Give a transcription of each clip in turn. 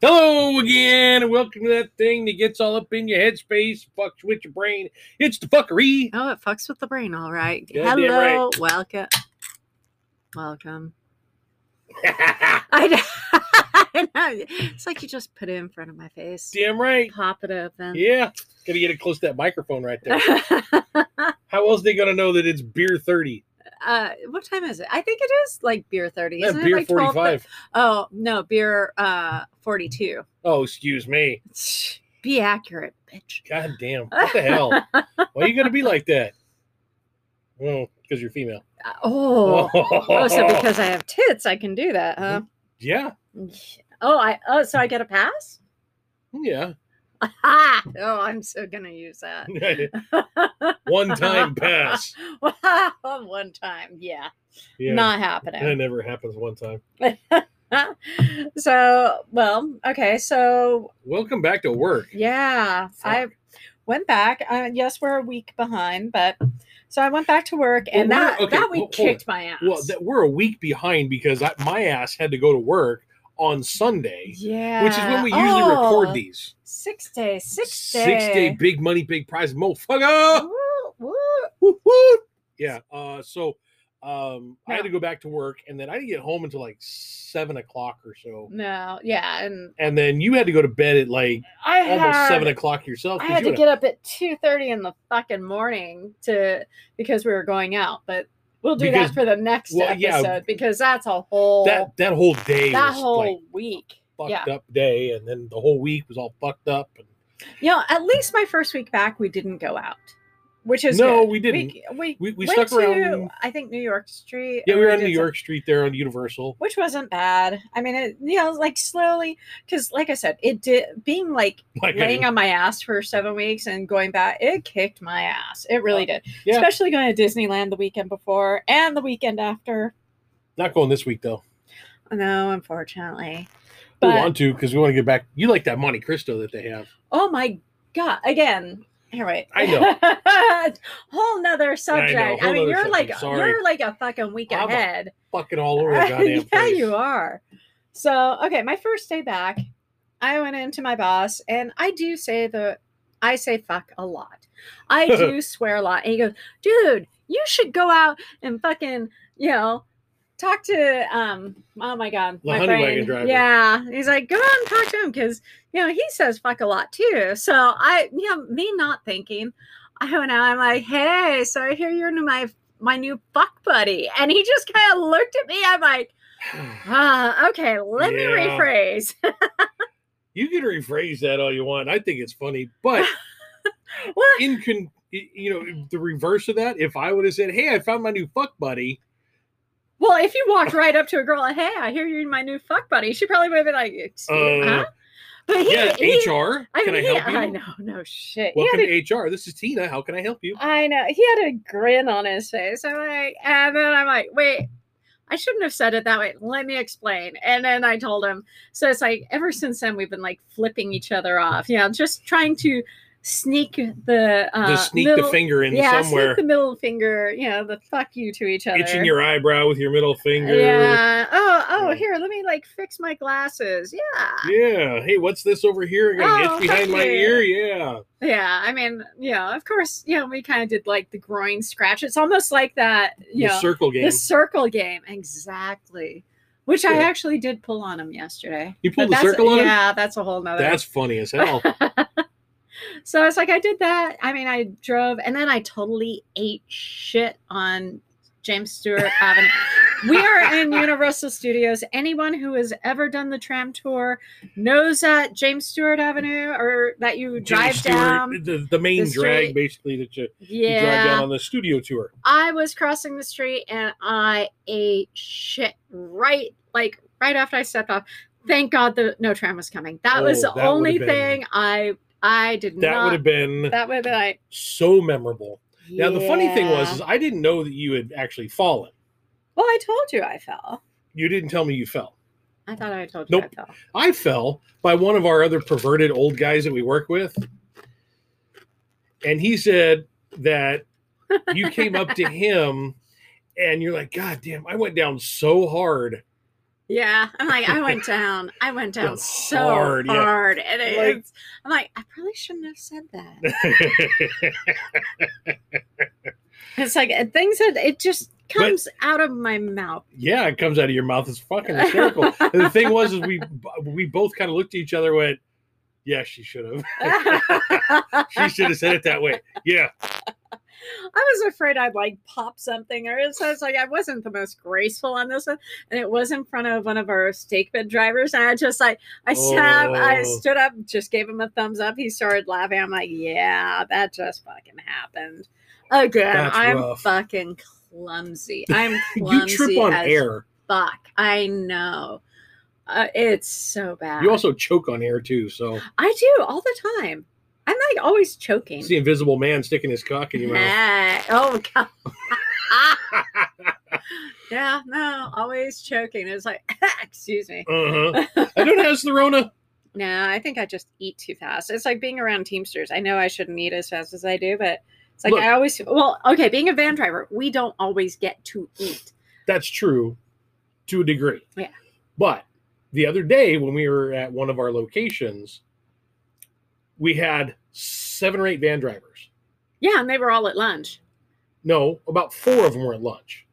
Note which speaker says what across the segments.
Speaker 1: Hello again, and welcome to that thing that gets all up in your headspace, fucks with your brain. It's the fuckery.
Speaker 2: Oh, it fucks with the brain, all right.
Speaker 1: Goddamn
Speaker 2: Hello, welcome, welcome. I, d- I know. It's like you just put it in front of my face,
Speaker 1: Damn right.
Speaker 2: pop it open.
Speaker 1: Yeah. Gotta get it close to that microphone right there. How else they gonna know that it's beer 30?
Speaker 2: uh, what time is it? I think it is like beer thirty.
Speaker 1: Not
Speaker 2: Isn't
Speaker 1: beer
Speaker 2: it like 12
Speaker 1: 45.
Speaker 2: Oh no, beer uh forty-two.
Speaker 1: Oh, excuse me.
Speaker 2: Be accurate, bitch.
Speaker 1: God damn. What the hell? Why you gotta be like that? Well, because you're female.
Speaker 2: Uh, oh.
Speaker 1: Oh,
Speaker 2: oh, so because I have tits, I can do that, huh?
Speaker 1: Yeah. Mm-hmm.
Speaker 2: Oh, I oh, so I get a pass?
Speaker 1: Yeah.
Speaker 2: Ah, oh, I'm so gonna use that.
Speaker 1: One time pass.
Speaker 2: One time, yeah,
Speaker 1: Yeah.
Speaker 2: not
Speaker 1: that
Speaker 2: happening.
Speaker 1: never happens one time.
Speaker 2: so, well, okay, so
Speaker 1: Welcome back to work.
Speaker 2: yeah, I went back. Uh, yes, we're a week behind, but so I went back to work, and
Speaker 1: Well, we're-
Speaker 2: that
Speaker 1: okay,
Speaker 2: that week
Speaker 1: well, hold on.
Speaker 2: kicked my ass.
Speaker 1: Well, that, we're a week behind because I, my ass had to go to work on Sunday,
Speaker 2: yeah,
Speaker 1: which is when we usually record
Speaker 2: Oh,
Speaker 1: these
Speaker 2: six day, six day,
Speaker 1: six day big money, big prize motherfucker.
Speaker 2: Woo, woo.
Speaker 1: Woo, woo. Yeah. Uh, so um, I had to
Speaker 2: Yeah.
Speaker 1: go back to work, and then I didn't get home until like seven o'clock or so.
Speaker 2: No, yeah, and
Speaker 1: And then you had to go to bed at like
Speaker 2: I
Speaker 1: almost
Speaker 2: had-
Speaker 1: seven o'clock yourself.
Speaker 2: I
Speaker 1: 'cause
Speaker 2: had
Speaker 1: you
Speaker 2: to
Speaker 1: had
Speaker 2: get up at two thirty in the fucking morning to because we were going out, but we'll do
Speaker 1: Because-
Speaker 2: that for the next
Speaker 1: well,
Speaker 2: episode
Speaker 1: yeah.
Speaker 2: because that's a
Speaker 1: a-
Speaker 2: whole
Speaker 1: that
Speaker 2: that,
Speaker 1: that whole day was
Speaker 2: whole
Speaker 1: like
Speaker 2: week. Yeah,
Speaker 1: fucked up day, and then the whole week was all fucked up. And
Speaker 2: you know, at least my first week back, we didn't go out, which is
Speaker 1: No,
Speaker 2: good.
Speaker 1: we didn't.
Speaker 2: We
Speaker 1: We- we
Speaker 2: went
Speaker 1: stuck around-
Speaker 2: To, I think New York Street.
Speaker 1: yeah,
Speaker 2: and
Speaker 1: we were on
Speaker 2: did
Speaker 1: New
Speaker 2: some-
Speaker 1: York Street there on Universal.
Speaker 2: which wasn't bad. I mean, it, you know, like slowly, because like I said, it did being like
Speaker 1: Like, I
Speaker 2: laying on my ass for seven weeks and going back, it kicked my ass. It really did.
Speaker 1: yeah.
Speaker 2: Especially going to Disneyland the weekend before and the weekend after.
Speaker 1: Not going this week though.
Speaker 2: No, unfortunately.
Speaker 1: we
Speaker 2: But
Speaker 1: want to because we want to get back. You like that Monte Cristo that they have?
Speaker 2: oh my god, again. Here, wait.
Speaker 1: I know.
Speaker 2: whole nother subject. I,
Speaker 1: whole nother
Speaker 2: mean, you're
Speaker 1: subject.
Speaker 2: like
Speaker 1: Sorry.
Speaker 2: you're like a fucking week
Speaker 1: I'm a
Speaker 2: ahead.
Speaker 1: Fucking all over the goddamn
Speaker 2: yeah,
Speaker 1: place.
Speaker 2: you are. So, okay, my first day back, I went into my boss, and I do say the, I say fuck a lot. I do swear a lot, and he goes, "Dude, you should go out and fucking, you know." Talk to um oh my god
Speaker 1: The
Speaker 2: my
Speaker 1: honey
Speaker 2: brain
Speaker 1: wagon driver.
Speaker 2: yeah he's like go out and talk to him because you know he says fuck a lot too so I you know me not thinking I went out I'm like hey so I hear you're my my new fuck buddy. And he just kind of looked at me. I'm like, ah, okay, let
Speaker 1: Yeah.
Speaker 2: me rephrase.
Speaker 1: You can rephrase that all you want. I think it's funny, but
Speaker 2: what?
Speaker 1: in con- you know the reverse of that. If I would have said, "Hey, I found my new fuck buddy,"
Speaker 2: Well, if you walked right up to a girl, like, hey, I hear you're my new fuck buddy, she probably would have been like, excuse
Speaker 1: Uh,
Speaker 2: huh? But he,
Speaker 1: yeah,
Speaker 2: he-
Speaker 1: HR.
Speaker 2: I
Speaker 1: can
Speaker 2: mean,
Speaker 1: I
Speaker 2: he-
Speaker 1: help you?
Speaker 2: I know, no shit. He
Speaker 1: Welcome
Speaker 2: had a,
Speaker 1: to HR. This is Tina. How can I help you?
Speaker 2: I know. He had a grin on his face. I'm like, and then I'm like, wait. I shouldn't have said it that way. Let me explain. And then I told him. So it's like ever since then we've been like flipping each other off. Yeah, just trying to sneak the uh,
Speaker 1: To sneak
Speaker 2: middle-
Speaker 1: the finger in
Speaker 2: yeah,
Speaker 1: somewhere,
Speaker 2: sneak the middle finger, you know, the fuck you to each other.
Speaker 1: itching your eyebrow with your middle finger.
Speaker 2: Yeah. Oh, oh,
Speaker 1: Yeah.
Speaker 2: here, let me like fix my glasses. Yeah.
Speaker 1: Yeah. Hey, what's this over here? I got an
Speaker 2: Oh,
Speaker 1: itch behind
Speaker 2: thank
Speaker 1: my
Speaker 2: you.
Speaker 1: ear. Yeah.
Speaker 2: Yeah. I mean, you know, of course, you know, we kind of did like the groin scratch. It's almost like that, you
Speaker 1: The
Speaker 2: know,
Speaker 1: circle game.
Speaker 2: the circle game. Exactly. Which I
Speaker 1: Yeah.
Speaker 2: actually did pull on him yesterday.
Speaker 1: You pulled the
Speaker 2: But that's-
Speaker 1: circle on him?
Speaker 2: Yeah, that's a whole nother.
Speaker 1: That's funny as hell.
Speaker 2: so it's like I did that. I mean, I drove and then I totally ate shit on James Stewart Avenue. we are in Universal Studios. Anyone who has ever done the tram tour knows that James Stewart Avenue or that you
Speaker 1: Jimmy
Speaker 2: drive
Speaker 1: Stewart,
Speaker 2: down.
Speaker 1: the, the main
Speaker 2: the
Speaker 1: drag
Speaker 2: street.
Speaker 1: basically that you, you drive down
Speaker 2: Yeah.
Speaker 1: on the studio tour.
Speaker 2: I was crossing the street and I ate shit right like right after I stepped off. Thank God the no tram was coming. That was
Speaker 1: Oh, that
Speaker 2: the
Speaker 1: would've
Speaker 2: only
Speaker 1: been-
Speaker 2: thing I I did
Speaker 1: That would
Speaker 2: not
Speaker 1: have been
Speaker 2: that would have been like
Speaker 1: so memorable. Now the funny thing was
Speaker 2: yeah.
Speaker 1: is I didn't know that you had actually fallen.
Speaker 2: Well, I told you I fell.
Speaker 1: You didn't tell me you fell.
Speaker 2: I thought I told you
Speaker 1: Nope.
Speaker 2: I fell.
Speaker 1: I fell by one of our other perverted old guys that we work with. And he said that you came up to him and you're like, God damn, I went down so hard
Speaker 2: Yeah, I'm like, I went down. I went down
Speaker 1: Went
Speaker 2: so
Speaker 1: hard,
Speaker 2: hard,
Speaker 1: yeah.
Speaker 2: and it,
Speaker 1: Like-
Speaker 2: it's, I'm like, I probably shouldn't have said that. It's like uh, things that it just
Speaker 1: But-
Speaker 2: comes out of my mouth.
Speaker 1: yeah, it comes out of your mouth. It's fucking hysterical. and the thing was, is we we both kind of looked at each other, and went, "Yeah, she should have.
Speaker 2: I
Speaker 1: she should have said it that way. Yeah,
Speaker 2: was afraid I'd like pop something, or so I was like, I wasn't the most graceful on this one, and it was in front of one of our steak bed drivers, and I just like, I stood up, I
Speaker 1: Oh.
Speaker 2: stood up, just gave him a thumbs up. He started laughing. I'm like, yeah, that just fucking happened again.
Speaker 1: That's
Speaker 2: I'm
Speaker 1: rough.
Speaker 2: fucking clumsy. I'm
Speaker 1: you
Speaker 2: clumsy
Speaker 1: trip on
Speaker 2: as
Speaker 1: air.
Speaker 2: fuck. I know. Uh, it's so bad.
Speaker 1: You also choke on air too. So
Speaker 2: I do all the time. I'm like always choking.
Speaker 1: it's the invisible man sticking his cock in your mouth.
Speaker 2: Nah. Oh god. yeah, no, always choking. It's like, excuse me.
Speaker 1: uh-huh. I don't ask the Rona.
Speaker 2: No, I think I just eat too fast. It's like being around Teamsters. I know I shouldn't eat as fast as I do, but it's like
Speaker 1: Look.
Speaker 2: I always well, okay, being a van driver, we don't always get to eat.
Speaker 1: That's true to a degree.
Speaker 2: Yeah.
Speaker 1: But the other day when we were at one of our locations, we had seven or eight van drivers.
Speaker 2: Yeah, and they were all at lunch.
Speaker 1: No, about four of them were at lunch.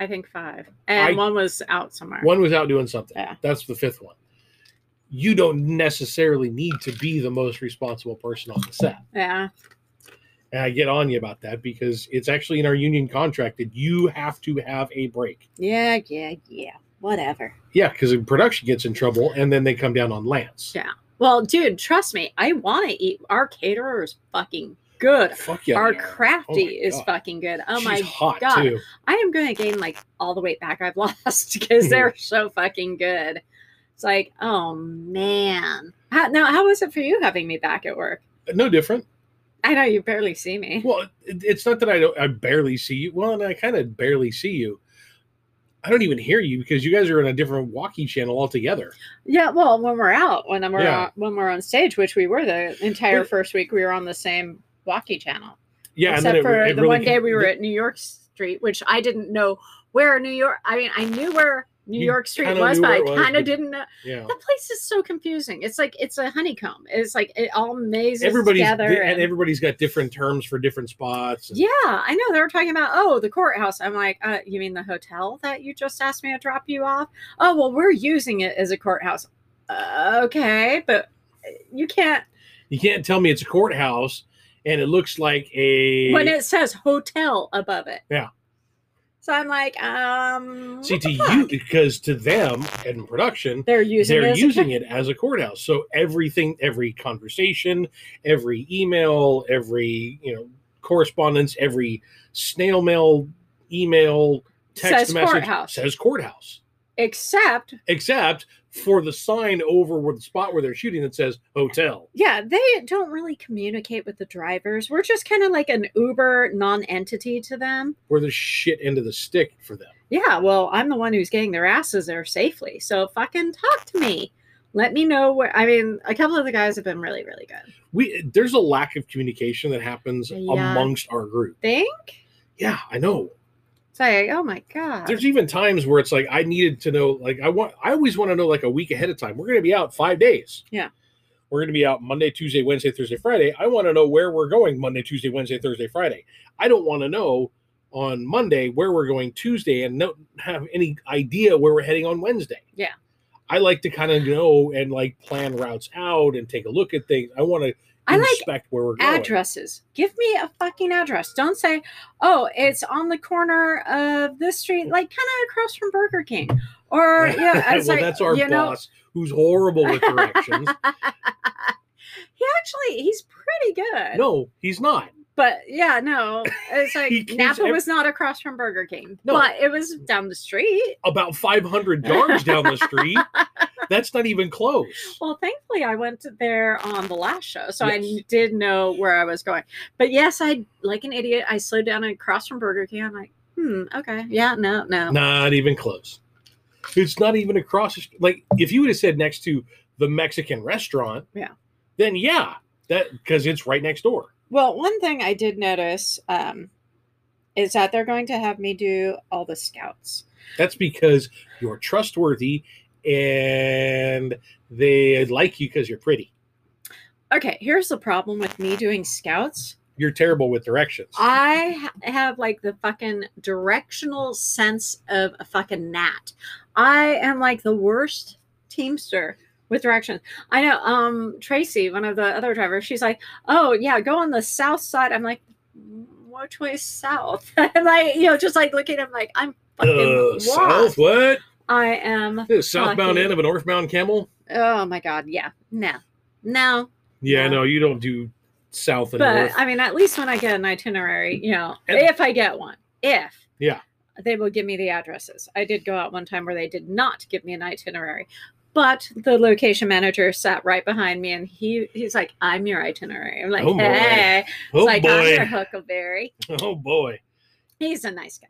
Speaker 2: I think five.
Speaker 1: I-
Speaker 2: And one was out somewhere.
Speaker 1: One was out doing something.
Speaker 2: Yeah.
Speaker 1: That's the fifth one. You don't necessarily need to be the most responsible person on the set.
Speaker 2: Yeah.
Speaker 1: And I get on you about that because it's actually in our union contract that you have to have a break.
Speaker 2: Yeah, yeah, yeah. Whatever.
Speaker 1: Yeah, because production gets in trouble and then they come down on Lance.
Speaker 2: Yeah. Well, dude, trust me, I want to eat. Our caterer is fucking good.
Speaker 1: Fuck yeah.
Speaker 2: Our
Speaker 1: they are.
Speaker 2: crafty
Speaker 1: Oh my
Speaker 2: is
Speaker 1: God.
Speaker 2: fucking good. Oh
Speaker 1: She's
Speaker 2: my
Speaker 1: hot
Speaker 2: God.
Speaker 1: too.
Speaker 2: I am going to gain like all the weight back I've lost because they're so fucking good. It's like, oh man. How, now, how was it for you having me back at work?
Speaker 1: No different.
Speaker 2: I know you barely see me.
Speaker 1: Well, it, it's not that I don't. I barely see you. Well, and I kind of barely see you. I don't even hear you because you guys are in a different walkie channel altogether.
Speaker 2: Yeah, well, when we're out, when we're
Speaker 1: Yeah.
Speaker 2: on, when we're on stage, which we were the entire
Speaker 1: But-
Speaker 2: first week, we were on the same walkie channel.
Speaker 1: Yeah, and
Speaker 2: except
Speaker 1: then it-
Speaker 2: for
Speaker 1: it,
Speaker 2: the
Speaker 1: really-
Speaker 2: one day we were at New York Street, which I didn't know where New York. I mean, I knew where New
Speaker 1: You
Speaker 2: York Street
Speaker 1: kinda
Speaker 2: was,
Speaker 1: knew
Speaker 2: but
Speaker 1: where
Speaker 2: I
Speaker 1: it was,
Speaker 2: kind
Speaker 1: but-
Speaker 2: of didn't know.
Speaker 1: Yeah,
Speaker 2: The place is so confusing. It's like it's a honeycomb. It's like it all mazes
Speaker 1: everybody's
Speaker 2: together.
Speaker 1: di- and
Speaker 2: and-
Speaker 1: everybody's got different terms for different spots. and-
Speaker 2: yeah, I know they were talking about oh the courthouse. I'm like, uh, you mean the hotel that you just asked me to drop you off? Oh well, we're using it as a courthouse. Uh, okay, but you can't
Speaker 1: You can't tell me it's a courthouse and it looks like a
Speaker 2: when it says hotel above it.
Speaker 1: Yeah.
Speaker 2: So I'm like, um, what
Speaker 1: see to
Speaker 2: the fuck?
Speaker 1: you because to them in production
Speaker 2: they're using it
Speaker 1: they're
Speaker 2: as a
Speaker 1: using it as a courthouse. So everything, every conversation, every email, every you know correspondence, every snail mail, email, text
Speaker 2: Says
Speaker 1: message
Speaker 2: courthouse.
Speaker 1: says courthouse.
Speaker 2: except
Speaker 1: Except for the sign over where the spot where they're shooting that says hotel.
Speaker 2: yeah they don't really communicate with the drivers we're just kind of like an uber non-entity to them
Speaker 1: Where the shit end of the stick for them.
Speaker 2: yeah well i'm the one who's getting their asses there safely so fucking talk to me let me know where i mean a couple of the guys have been really really good
Speaker 1: We there's a lack of communication that happens
Speaker 2: Yeah.
Speaker 1: amongst our group.
Speaker 2: think
Speaker 1: Yeah, I know.
Speaker 2: it's like oh my god
Speaker 1: There's even times where it's like I needed to know, like I want, I always want to know like a week ahead of time. We're going to be out five days.
Speaker 2: Yeah.
Speaker 1: we're going to be out Monday, Tuesday, Wednesday, Thursday, Friday. I want to know where we're going Monday, Tuesday, Wednesday, Thursday, Friday. I don't want to know on Monday where we're going Tuesday and not have any idea where we're heading on Wednesday.
Speaker 2: Yeah.
Speaker 1: I like to kind of know and like plan routes out and take a look at things. I want to
Speaker 2: i like
Speaker 1: inspect where we're going.
Speaker 2: addresses give me a fucking address don't say oh it's on the corner of this street like kind of across from burger king or yeah I was
Speaker 1: well,
Speaker 2: like,
Speaker 1: that's our
Speaker 2: you know,
Speaker 1: boss who's horrible with directions.
Speaker 2: he actually he's pretty good.
Speaker 1: no, he's not.
Speaker 2: But yeah, no. It's like
Speaker 1: He keeps
Speaker 2: Napa
Speaker 1: ev-
Speaker 2: was not across from Burger King.
Speaker 1: No.
Speaker 2: But it was down the street.
Speaker 1: about 500 yards down the street. That's not even close.
Speaker 2: Well, thankfully I went there on the last show, so I
Speaker 1: Yes.
Speaker 2: I did know where I was going. But yes, I like an idiot, I slowed down and crossed from Burger King. I'm like, hmm, okay. Yeah, no, no.
Speaker 1: Not even close. It's not even across. the st- Like if you would have said next to the Mexican restaurant,
Speaker 2: Yeah.
Speaker 1: then yeah, that because it's right next door.
Speaker 2: Well, one thing I did notice um, is that they're going to have me do all the scouts.
Speaker 1: That's because you're trustworthy and they like you because you're pretty.
Speaker 2: Okay, here's the problem with me doing scouts.
Speaker 1: You're terrible with directions.
Speaker 2: I ha- have like the fucking directional sense of a fucking gnat. I am like the worst teamster with directions. I know um Tracy, one of the other drivers, she's like, "Oh, yeah, go on the south side." I'm like, "Which way is south?" and like, you know, just like looking at him like, "I'm fucking
Speaker 1: Uh,
Speaker 2: lost.
Speaker 1: south? What?
Speaker 2: I am
Speaker 1: The southbound
Speaker 2: Fucking-
Speaker 1: end of a northbound camel?
Speaker 2: Oh my god, yeah. No. No.
Speaker 1: Yeah,
Speaker 2: No.
Speaker 1: no, you don't do south and
Speaker 2: But
Speaker 1: north.
Speaker 2: I mean, at least when I get an itinerary, you know,
Speaker 1: And-
Speaker 2: if I get one, if
Speaker 1: Yeah.
Speaker 2: they will give me the addresses. I did go out one time where they did not give me an itinerary, but the location manager sat right behind me and he he's like, "I'm your itinerary." I'm like,
Speaker 1: Oh, boy.
Speaker 2: "Hey,"
Speaker 1: oh
Speaker 2: It's like I'm your
Speaker 1: boy.
Speaker 2: Huckleberry.
Speaker 1: Oh boy.
Speaker 2: He's a nice guy.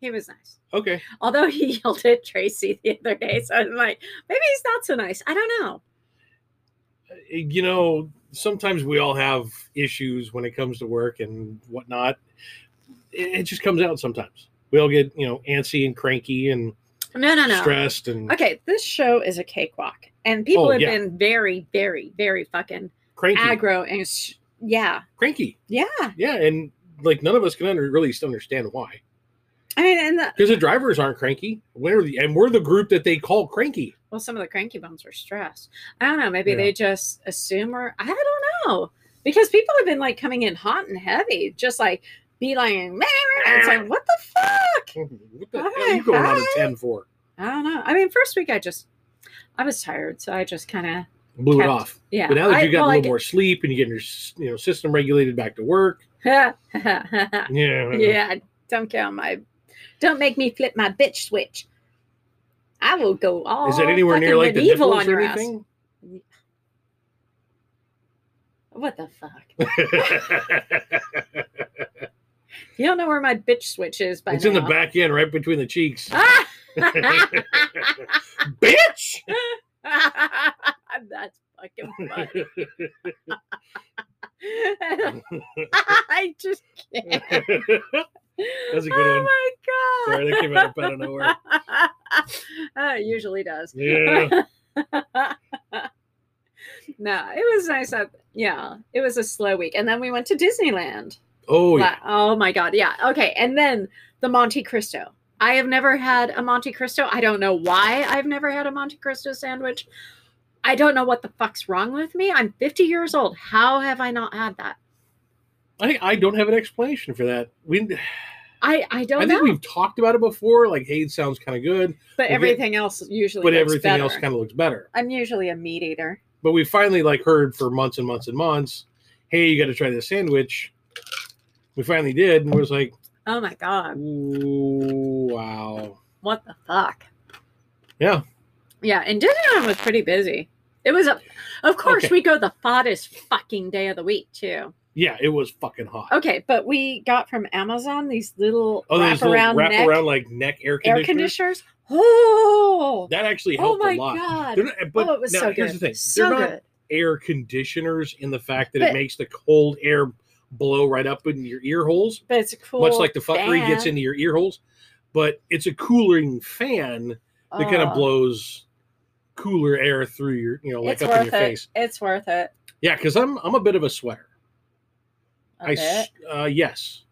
Speaker 2: He was nice.
Speaker 1: Okay.
Speaker 2: Although he yelled at Tracy the other day, so I'm like, maybe he's not so nice. I don't know.
Speaker 1: you know, sometimes we all have issues when it comes to work and whatnot. It, it just comes out sometimes. We all get, you know, antsy and cranky and
Speaker 2: No, no, no.
Speaker 1: stressed and
Speaker 2: Okay, this show is a cakewalk, and people
Speaker 1: Oh,
Speaker 2: have
Speaker 1: yeah.
Speaker 2: been very, very, very fucking
Speaker 1: cranky.
Speaker 2: aggro and sh- yeah,
Speaker 1: Cranky.
Speaker 2: yeah.
Speaker 1: Yeah. And like none of us can under, really understand why.
Speaker 2: I mean, and the,
Speaker 1: Because the drivers aren't cranky. We're the, and we're the group that they call cranky.
Speaker 2: well, some of the cranky bums are stressed. I don't know. Maybe
Speaker 1: Yeah.
Speaker 2: they just assume, or I don't know, because people have been like coming in hot and heavy, just like beelining. "Meh, meh, meh." It's like what the fuck?
Speaker 1: What the
Speaker 2: All
Speaker 1: hell are
Speaker 2: right,
Speaker 1: you going on
Speaker 2: hi.
Speaker 1: at 10 for?
Speaker 2: I don't know. I mean, first week I just I was tired, so I just kind of
Speaker 1: Blew
Speaker 2: Kept-
Speaker 1: it off.
Speaker 2: yeah.
Speaker 1: But now that
Speaker 2: I-
Speaker 1: you've gotten
Speaker 2: well,
Speaker 1: a
Speaker 2: I
Speaker 1: little more sleep and you're getting your s- you know system regulated back to work.
Speaker 2: did-
Speaker 1: Yeah.
Speaker 2: Yeah, don't get on my. Don't make me flip my bitch switch. I will go all.
Speaker 1: Is it anywhere near
Speaker 2: Oh, fucking
Speaker 1: like the
Speaker 2: medieval
Speaker 1: nipples
Speaker 2: on your
Speaker 1: or
Speaker 2: ass.
Speaker 1: anything?
Speaker 2: What the fuck? You don't know where my bitch switch is by
Speaker 1: it's in the
Speaker 2: now.
Speaker 1: back end, right between the cheeks.
Speaker 2: Ah!
Speaker 1: Bitch!
Speaker 2: That's fucking funny. I just can't.
Speaker 1: That's a good
Speaker 2: oh
Speaker 1: one.
Speaker 2: my god!
Speaker 1: Sorry, that came out of out of nowhere.
Speaker 2: Uh, it usually does.
Speaker 1: Yeah.
Speaker 2: no, it was nice. Up, yeah, it was a slow week, and then we went to Disneyland.
Speaker 1: Oh yeah.
Speaker 2: Like, oh my god, yeah. Okay, and then the Monte Cristo. I have never had a Monte Cristo. I don't know why I've never had a Monte Cristo sandwich. I don't know what the fuck's wrong with me. I'm 50 years old. How have I not had that?
Speaker 1: I, I don't have an explanation for that. We
Speaker 2: I I
Speaker 1: I
Speaker 2: don't
Speaker 1: think
Speaker 2: know.
Speaker 1: we've talked about it before. Like, hey, it sounds kind of good,
Speaker 2: But
Speaker 1: get-
Speaker 2: everything else usually.
Speaker 1: but
Speaker 2: looks
Speaker 1: everything
Speaker 2: better.
Speaker 1: else kind of looks better.
Speaker 2: I'm usually a meat eater.
Speaker 1: But we finally like heard for months and months and months, hey, you got to try this sandwich. We finally did, and it was like,
Speaker 2: Oh my god,
Speaker 1: ooh, wow.
Speaker 2: what the fuck?
Speaker 1: Yeah.
Speaker 2: Yeah, and Disneyland was pretty busy. It was a, of course,
Speaker 1: Okay.
Speaker 2: we go the hottest fucking day of the week too.
Speaker 1: Yeah, it was fucking hot.
Speaker 2: Okay, but we got from Amazon these little
Speaker 1: Oh,
Speaker 2: wrap
Speaker 1: these little
Speaker 2: around
Speaker 1: wrap
Speaker 2: neck
Speaker 1: around like neck air
Speaker 2: air
Speaker 1: conditioners.
Speaker 2: conditioners. Oh,
Speaker 1: That actually
Speaker 2: oh
Speaker 1: helped
Speaker 2: my
Speaker 1: a lot.
Speaker 2: god!
Speaker 1: They're not- but
Speaker 2: oh, it was
Speaker 1: now,
Speaker 2: so
Speaker 1: here's
Speaker 2: good.
Speaker 1: the thing:
Speaker 2: so
Speaker 1: they're not
Speaker 2: good.
Speaker 1: air conditioners in the fact that
Speaker 2: But-
Speaker 1: it makes the cold air blow right up in your ear holes,
Speaker 2: But it's a cool.
Speaker 1: much like the fuckery gets
Speaker 2: fan.
Speaker 1: into your ear holes. But it's a cooling fan that kind
Speaker 2: Oh,
Speaker 1: of blows cooler air through your, you know, like
Speaker 2: it's
Speaker 1: up
Speaker 2: worth
Speaker 1: in your
Speaker 2: it.
Speaker 1: face.
Speaker 2: It's worth it.
Speaker 1: Yeah, because I'm I'm a bit of a sweater.
Speaker 2: a
Speaker 1: I s-
Speaker 2: bit.
Speaker 1: uh, yes,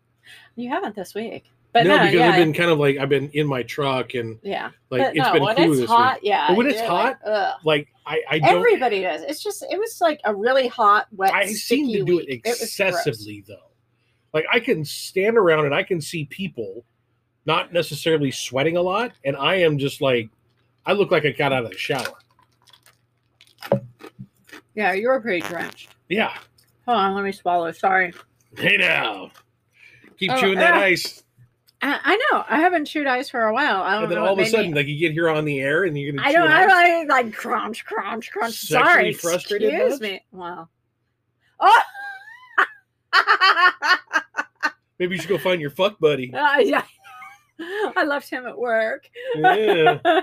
Speaker 2: You haven't this week, but
Speaker 1: no,
Speaker 2: no,
Speaker 1: because
Speaker 2: yeah,
Speaker 1: I've been kind of like I've been in my truck and
Speaker 2: yeah.
Speaker 1: like
Speaker 2: but
Speaker 1: it's
Speaker 2: no,
Speaker 1: been
Speaker 2: when
Speaker 1: cooler
Speaker 2: it's
Speaker 1: this
Speaker 2: hot, yeah.
Speaker 1: But when
Speaker 2: I
Speaker 1: it's
Speaker 2: do, like, ugh.
Speaker 1: week. Like I I don't.
Speaker 2: Everybody does. It's just it was like a really hot, wet.
Speaker 1: I seem to
Speaker 2: sticky
Speaker 1: do it
Speaker 2: week. was gross.
Speaker 1: excessively though. Like I can stand around and I can see people not necessarily sweating a lot, and I am just like I look like I got out of the shower.
Speaker 2: Yeah, you were pretty drenched.
Speaker 1: Yeah.
Speaker 2: Hold on, let me swallow. Sorry.
Speaker 1: Hey now. Keep
Speaker 2: Oh,
Speaker 1: chewing that
Speaker 2: ah.
Speaker 1: ice.
Speaker 2: I, I know. I haven't chewed ice for a while. I don't
Speaker 1: And then
Speaker 2: know
Speaker 1: all of
Speaker 2: what
Speaker 1: a
Speaker 2: made me-
Speaker 1: sudden, like you get here on the air and you're gonna
Speaker 2: I
Speaker 1: chew
Speaker 2: don't. I
Speaker 1: ice.
Speaker 2: don't I, like crunch, crunch, crunch.
Speaker 1: Sexually
Speaker 2: Sorry,
Speaker 1: frustrated much?
Speaker 2: excuse me. Wow. Oh.
Speaker 1: Maybe you should go find your fuck buddy.
Speaker 2: Ah, yeah. I left him at work.
Speaker 1: yeah.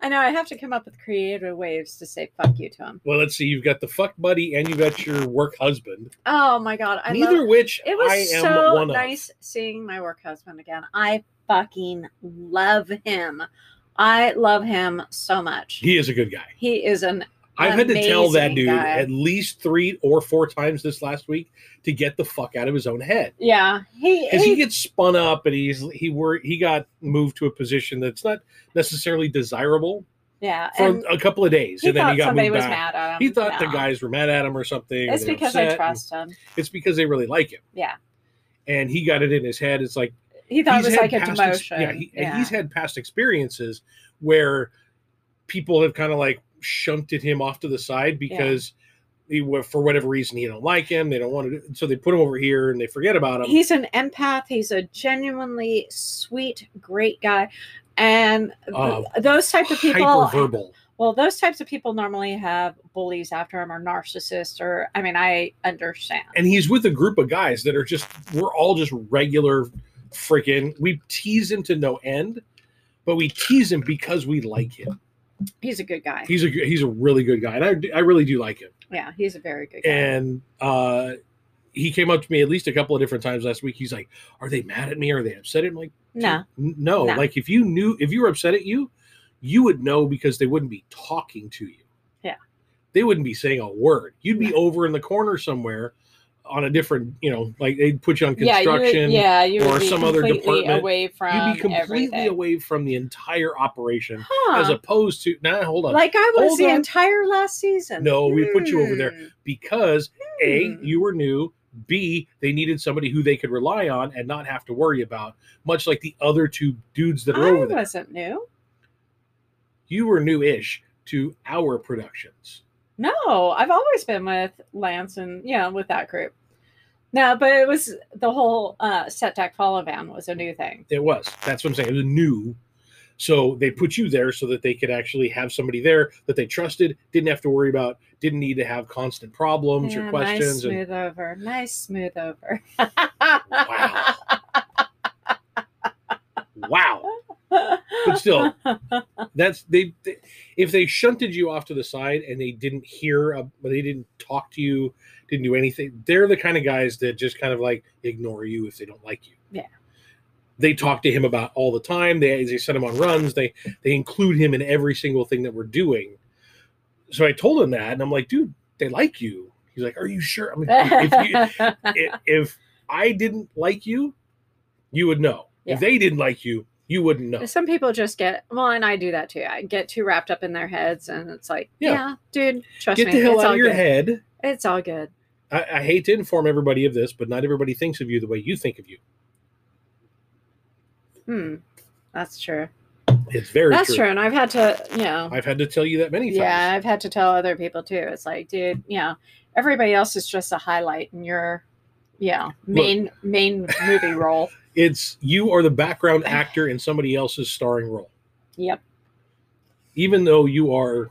Speaker 2: I know. I have to come up with creative ways to say fuck you to him.
Speaker 1: Well, let's see. You've got the fuck buddy and you've got your work husband.
Speaker 2: Oh my god! I love
Speaker 1: Neither which
Speaker 2: It was
Speaker 1: I am
Speaker 2: so
Speaker 1: one
Speaker 2: nice seeing my work husband again. I fucking love him. I love him so much.
Speaker 1: He is a good guy.
Speaker 2: He is an
Speaker 1: I've had to tell that
Speaker 2: Amazing
Speaker 1: dude
Speaker 2: guy.
Speaker 1: at least three or four times this last week to get the fuck out of his own head.
Speaker 2: yeah. He,
Speaker 1: Because
Speaker 2: he
Speaker 1: he gets spun up and he's he were he got moved to a position that's not necessarily desirable
Speaker 2: yeah.
Speaker 1: for
Speaker 2: and
Speaker 1: a couple of days.
Speaker 2: he
Speaker 1: and then
Speaker 2: thought
Speaker 1: he got
Speaker 2: somebody
Speaker 1: moved
Speaker 2: was
Speaker 1: back.
Speaker 2: mad at him.
Speaker 1: He thought the
Speaker 2: No.
Speaker 1: guys were mad at him or something. or
Speaker 2: It's
Speaker 1: they were
Speaker 2: because
Speaker 1: upset,
Speaker 2: I
Speaker 1: and
Speaker 2: trust him.
Speaker 1: It's because they really like him.
Speaker 2: Yeah.
Speaker 1: And he got it in his head. It's like
Speaker 2: He thought it was
Speaker 1: had
Speaker 2: like a
Speaker 1: past ex-
Speaker 2: demotion.
Speaker 1: yeah, he, and he's had past experiences where people have kind of like shunted him off to the side because he wa- for whatever reason he don't like him. They don't want to, do, so they put him over here and they forget about him.
Speaker 2: He's an empath. He's a genuinely sweet, great guy. And th-
Speaker 1: Uh,
Speaker 2: those type of people,
Speaker 1: Hyperverbal.
Speaker 2: well, those types of people normally have bullies after him or narcissists, or I mean, I understand.
Speaker 1: And he's with a group of guys that are just we're all just regular freaking. We tease him to no end, but we tease him because we like him.
Speaker 2: He's a good guy.
Speaker 1: He's a he's a really good guy, and I do- I really do like him.
Speaker 2: yeah, he's a very good guy.
Speaker 1: and uh he came up to me at least a couple of different times last week. He's like, "Are they mad at me? Are they upset at me?" Like,
Speaker 2: no,
Speaker 1: "N- no.
Speaker 2: No.
Speaker 1: Like, if you knew, if you were upset at you, you would know because they wouldn't be talking to you.
Speaker 2: Yeah.
Speaker 1: they wouldn't be saying a word. You'd be over in the corner somewhere on a different, you know, like they'd put you on
Speaker 2: yeah, you would,
Speaker 1: construction.
Speaker 2: yeah, you would
Speaker 1: or
Speaker 2: be
Speaker 1: some other
Speaker 2: completely
Speaker 1: department.
Speaker 2: away from
Speaker 1: You'd be completely
Speaker 2: everything.
Speaker 1: away from the entire operation,
Speaker 2: Huh.
Speaker 1: as opposed to now. hold on,
Speaker 2: like I was
Speaker 1: Hold
Speaker 2: the
Speaker 1: on.
Speaker 2: entire last season.
Speaker 1: No, we put you over there.
Speaker 2: Hmm.
Speaker 1: because A,
Speaker 2: Hmm.
Speaker 1: you were new. B, they needed somebody who they could rely on and not have to worry about, much like the other two dudes that are
Speaker 2: I
Speaker 1: over there.
Speaker 2: wasn't new.
Speaker 1: You were new ish to our productions.
Speaker 2: No, I've always been with Lance and yeah, with that group. No, but it was the whole uh setback follow van was a new thing.
Speaker 1: It was. That's what I'm saying. It was new. So they put you there so that they could actually have somebody there that they trusted, didn't have to worry about, didn't need to have constant problems
Speaker 2: Yeah,
Speaker 1: or questions.
Speaker 2: Nice
Speaker 1: and
Speaker 2: smooth over. Nice smooth over.
Speaker 1: wow. wow. But still, that's they, they if they shunted you off to the side and they didn't hear uh, they didn't talk to you didn't do anything they're the kind of guys that just kind of like ignore you if they don't like you
Speaker 2: Yeah.
Speaker 1: they talk to him about all the time they they send him on runs they they include him in every single thing that we're doing so i told him that and i'm like dude they like you he's like are you sure i'm like "Dude, if, you, if, if i didn't like you you would know
Speaker 2: Yeah.
Speaker 1: if they didn't like you you wouldn't know
Speaker 2: Some people just get well, and I do that too. I get too wrapped up in their heads, and it's like, yeah,
Speaker 1: Yeah.
Speaker 2: dude, trust
Speaker 1: get
Speaker 2: me,
Speaker 1: the hell
Speaker 2: it's
Speaker 1: out
Speaker 2: all
Speaker 1: of your
Speaker 2: good.
Speaker 1: head
Speaker 2: It's all good.
Speaker 1: I, I hate to inform everybody of this, but not everybody thinks of you the way you think of you.
Speaker 2: Hmm, that's true.
Speaker 1: It's very
Speaker 2: that's
Speaker 1: true.
Speaker 2: true. and I've had to, you know,
Speaker 1: I've had to tell you that many times.
Speaker 2: Yeah, I've had to tell other people too. It's like, dude, you know, everybody else is just a highlight in your, yeah, main main movie role.
Speaker 1: It's you are the background actor in somebody else's starring role,
Speaker 2: Yep.
Speaker 1: even though you are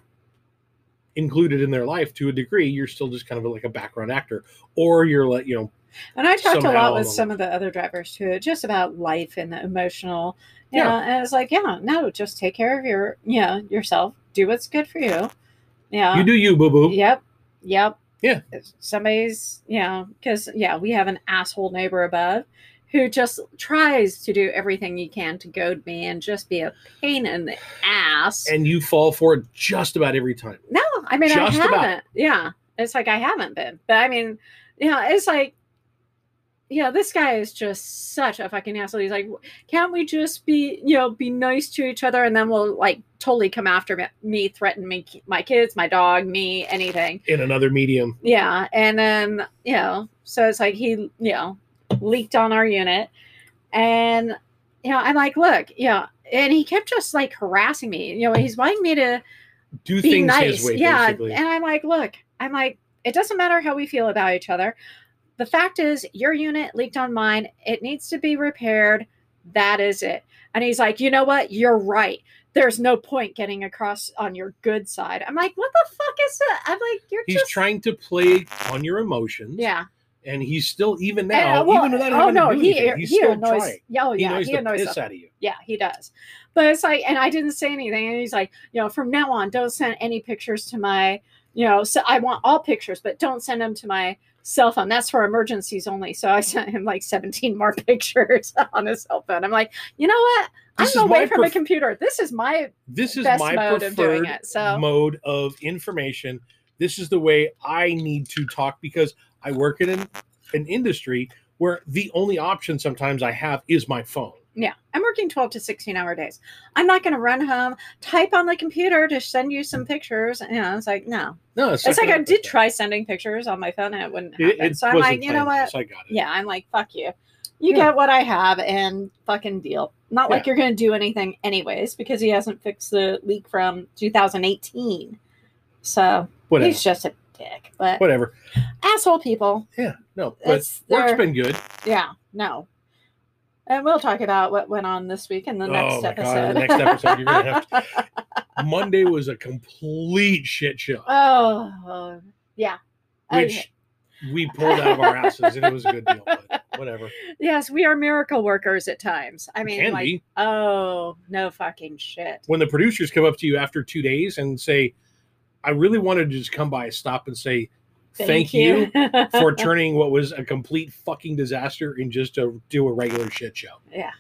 Speaker 1: included in their life to a degree. You're still just kind of like a background actor, or you're like you know
Speaker 2: And I talked a lot
Speaker 1: Somehow
Speaker 2: with
Speaker 1: I'll-
Speaker 2: some of the other drivers too, just about life and the emotional.
Speaker 1: Yeah.
Speaker 2: Yeah. and it's like, yeah, no, just take care of your, yeah, yourself. Do what's good for you. Yeah.
Speaker 1: you do you boo boo.
Speaker 2: Yep. Yep.
Speaker 1: Yeah.
Speaker 2: If Somebody's, you know, because, yeah, we have an asshole neighbor above who just tries to do everything he can to goad me and just be a pain in the ass.
Speaker 1: And you fall for it just about every time.
Speaker 2: no, I mean, I
Speaker 1: Just
Speaker 2: haven't.
Speaker 1: about.
Speaker 2: Yeah. It's like I haven't been. But I mean, yeah, it's like, yeah, this guy is just such a fucking asshole. He's like, can't we just be, you know, be nice to each other? And then we'll like totally come after me, me threaten me, my kids, my dog, me, anything.
Speaker 1: In another medium,
Speaker 2: Yeah, and then you know, so it's like he, you know, leaked on our unit, and you know, I'm like, look, yeah, and he kept just like harassing me. You know, he's wanting me to
Speaker 1: do
Speaker 2: be
Speaker 1: things
Speaker 2: nice,
Speaker 1: his way.
Speaker 2: yeah,
Speaker 1: basically.
Speaker 2: and I'm like, look, I'm like, it doesn't matter how we feel about each other. The fact is, your unit leaked on mine. It needs to be repaired. That is it. And he's like, you know what? You're right. There's no point getting across on your good side. I'm like, what the fuck is that? I'm like, you're
Speaker 1: He's
Speaker 2: just
Speaker 1: trying to play on your emotions.
Speaker 2: yeah.
Speaker 1: And he's still even
Speaker 2: And,
Speaker 1: now,
Speaker 2: uh, well,
Speaker 1: even without
Speaker 2: oh
Speaker 1: having
Speaker 2: no,
Speaker 1: to do
Speaker 2: he
Speaker 1: anything, he's
Speaker 2: he
Speaker 1: still
Speaker 2: annoys.
Speaker 1: trying.
Speaker 2: Oh
Speaker 1: he
Speaker 2: yeah,
Speaker 1: annoys
Speaker 2: he
Speaker 1: the
Speaker 2: annoys.
Speaker 1: piss
Speaker 2: them.
Speaker 1: out of you.
Speaker 2: Yeah, he does. But it's like, and I didn't say anything, and he's like, you know, from now on, don't send any pictures to my, you know, so I want all pictures, but don't send them to my cell phone. That's for emergencies only. So I sent him like 17 more pictures on his cell phone. I'm like, you know what?
Speaker 1: This is
Speaker 2: I'm
Speaker 1: my
Speaker 2: away from
Speaker 1: pref-
Speaker 2: a computer. This is my
Speaker 1: This is
Speaker 2: best
Speaker 1: my
Speaker 2: mode of doing
Speaker 1: preferred
Speaker 2: it. So
Speaker 1: mode of information. This is the way I need to talk because I work in an, an industry where the only option sometimes I have is my phone.
Speaker 2: yeah, I'm working 12 to 16 hour days. I'm not going to run home, type on the computer to send you some pictures. And I was like, no.
Speaker 1: No,
Speaker 2: It's like
Speaker 1: gonna
Speaker 2: I did
Speaker 1: happen.
Speaker 2: try sending pictures on my phone and it wouldn't
Speaker 1: It,
Speaker 2: happen.
Speaker 1: it
Speaker 2: so I'm
Speaker 1: wasn't
Speaker 2: like, you know
Speaker 1: planned,
Speaker 2: what?
Speaker 1: so I got it.
Speaker 2: Yeah, I'm like, fuck you. You
Speaker 1: Yeah.
Speaker 2: get what I have and fucking deal. Not like you're going to do anything anyways because he hasn't fixed the leak from 2018. So
Speaker 1: Whatever.
Speaker 2: he's just a dick. But
Speaker 1: Whatever.
Speaker 2: asshole people.
Speaker 1: Yeah. No, but
Speaker 2: It's
Speaker 1: work's
Speaker 2: they're-
Speaker 1: been good.
Speaker 2: yeah, no. And we'll talk about what went on this week in the
Speaker 1: Oh
Speaker 2: next
Speaker 1: my God, in
Speaker 2: episode.
Speaker 1: the next episode, you're gonna have Monday was a complete shit show,
Speaker 2: oh, yeah. I-
Speaker 1: which we pulled out of our asses, and it was a good deal. But whatever.
Speaker 2: yes, we are miracle workers at times. I mean,
Speaker 1: Can
Speaker 2: like,
Speaker 1: be.
Speaker 2: oh, no fucking shit.
Speaker 1: When the producers come up to you after two days and say, "I really wanted to just come by, stop, and say thank, you." for turning what was a complete fucking disaster and just to do a regular shit show.
Speaker 2: Yeah.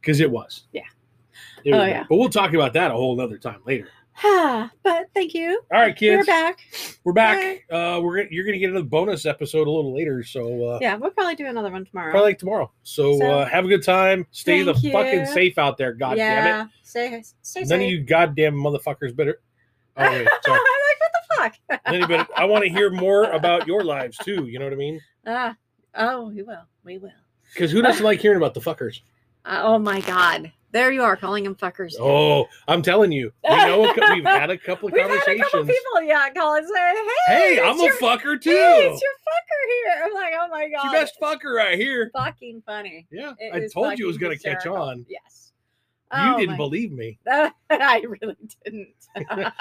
Speaker 1: Because it was.
Speaker 2: Yeah.
Speaker 1: It was
Speaker 2: Oh,
Speaker 1: bad.
Speaker 2: yeah.
Speaker 1: But we'll talk about that a whole nother time later.
Speaker 2: Ah, but thank you.
Speaker 1: All right, kids.
Speaker 2: We're back.
Speaker 1: We're back. Uh, we're gonna, you're going to get another bonus episode a little later. So uh,
Speaker 2: Yeah, we'll probably do another one tomorrow.
Speaker 1: probably like tomorrow. So,
Speaker 2: So-
Speaker 1: uh, have a good time. Stay the
Speaker 2: Thank you.
Speaker 1: fucking safe out there. God damn it.
Speaker 2: yeah. Stay, stay
Speaker 1: None of
Speaker 2: safe.
Speaker 1: you goddamn motherfuckers better. Oh, wait,
Speaker 2: I'm
Speaker 1: sorry.
Speaker 2: like, what the fuck?
Speaker 1: None of you better- I want to hear more about your lives too. You know what I mean?
Speaker 2: Ah, oh, we will. We will.
Speaker 1: Because who doesn't like hearing about the fuckers?
Speaker 2: Uh, oh my God. There you are calling them fuckers.
Speaker 1: Oh, I'm telling you, we know a, cou- we've had a couple of
Speaker 2: We've had a couple
Speaker 1: conversations.
Speaker 2: people, yeah, call and say, hey,
Speaker 1: Hey, I'm
Speaker 2: it's
Speaker 1: a
Speaker 2: your,
Speaker 1: fucker too.
Speaker 2: Hey, it's your fucker here. I'm like, oh my
Speaker 1: It's
Speaker 2: God.
Speaker 1: your best fucker right here.
Speaker 2: fucking funny.
Speaker 1: Yeah,
Speaker 2: It
Speaker 1: I
Speaker 2: is
Speaker 1: told you it was
Speaker 2: fucking
Speaker 1: going to catch
Speaker 2: hysterical.
Speaker 1: on.
Speaker 2: Yes. Oh
Speaker 1: you didn't
Speaker 2: my-
Speaker 1: believe me,
Speaker 2: I really didn't.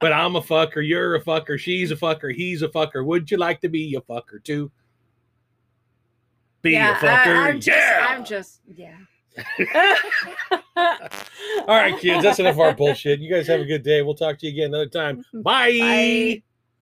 Speaker 1: but I'm a fucker. You're a fucker. She's a fucker. He's a fucker. Would you like to be a fucker too? Be a fucker.
Speaker 2: I,
Speaker 1: yeah.
Speaker 2: am Just, I'm just, yeah.
Speaker 1: All right, kids. That's enough of our bullshit. You guys have a good day. We'll talk to you again another time. Bye.
Speaker 2: Bye.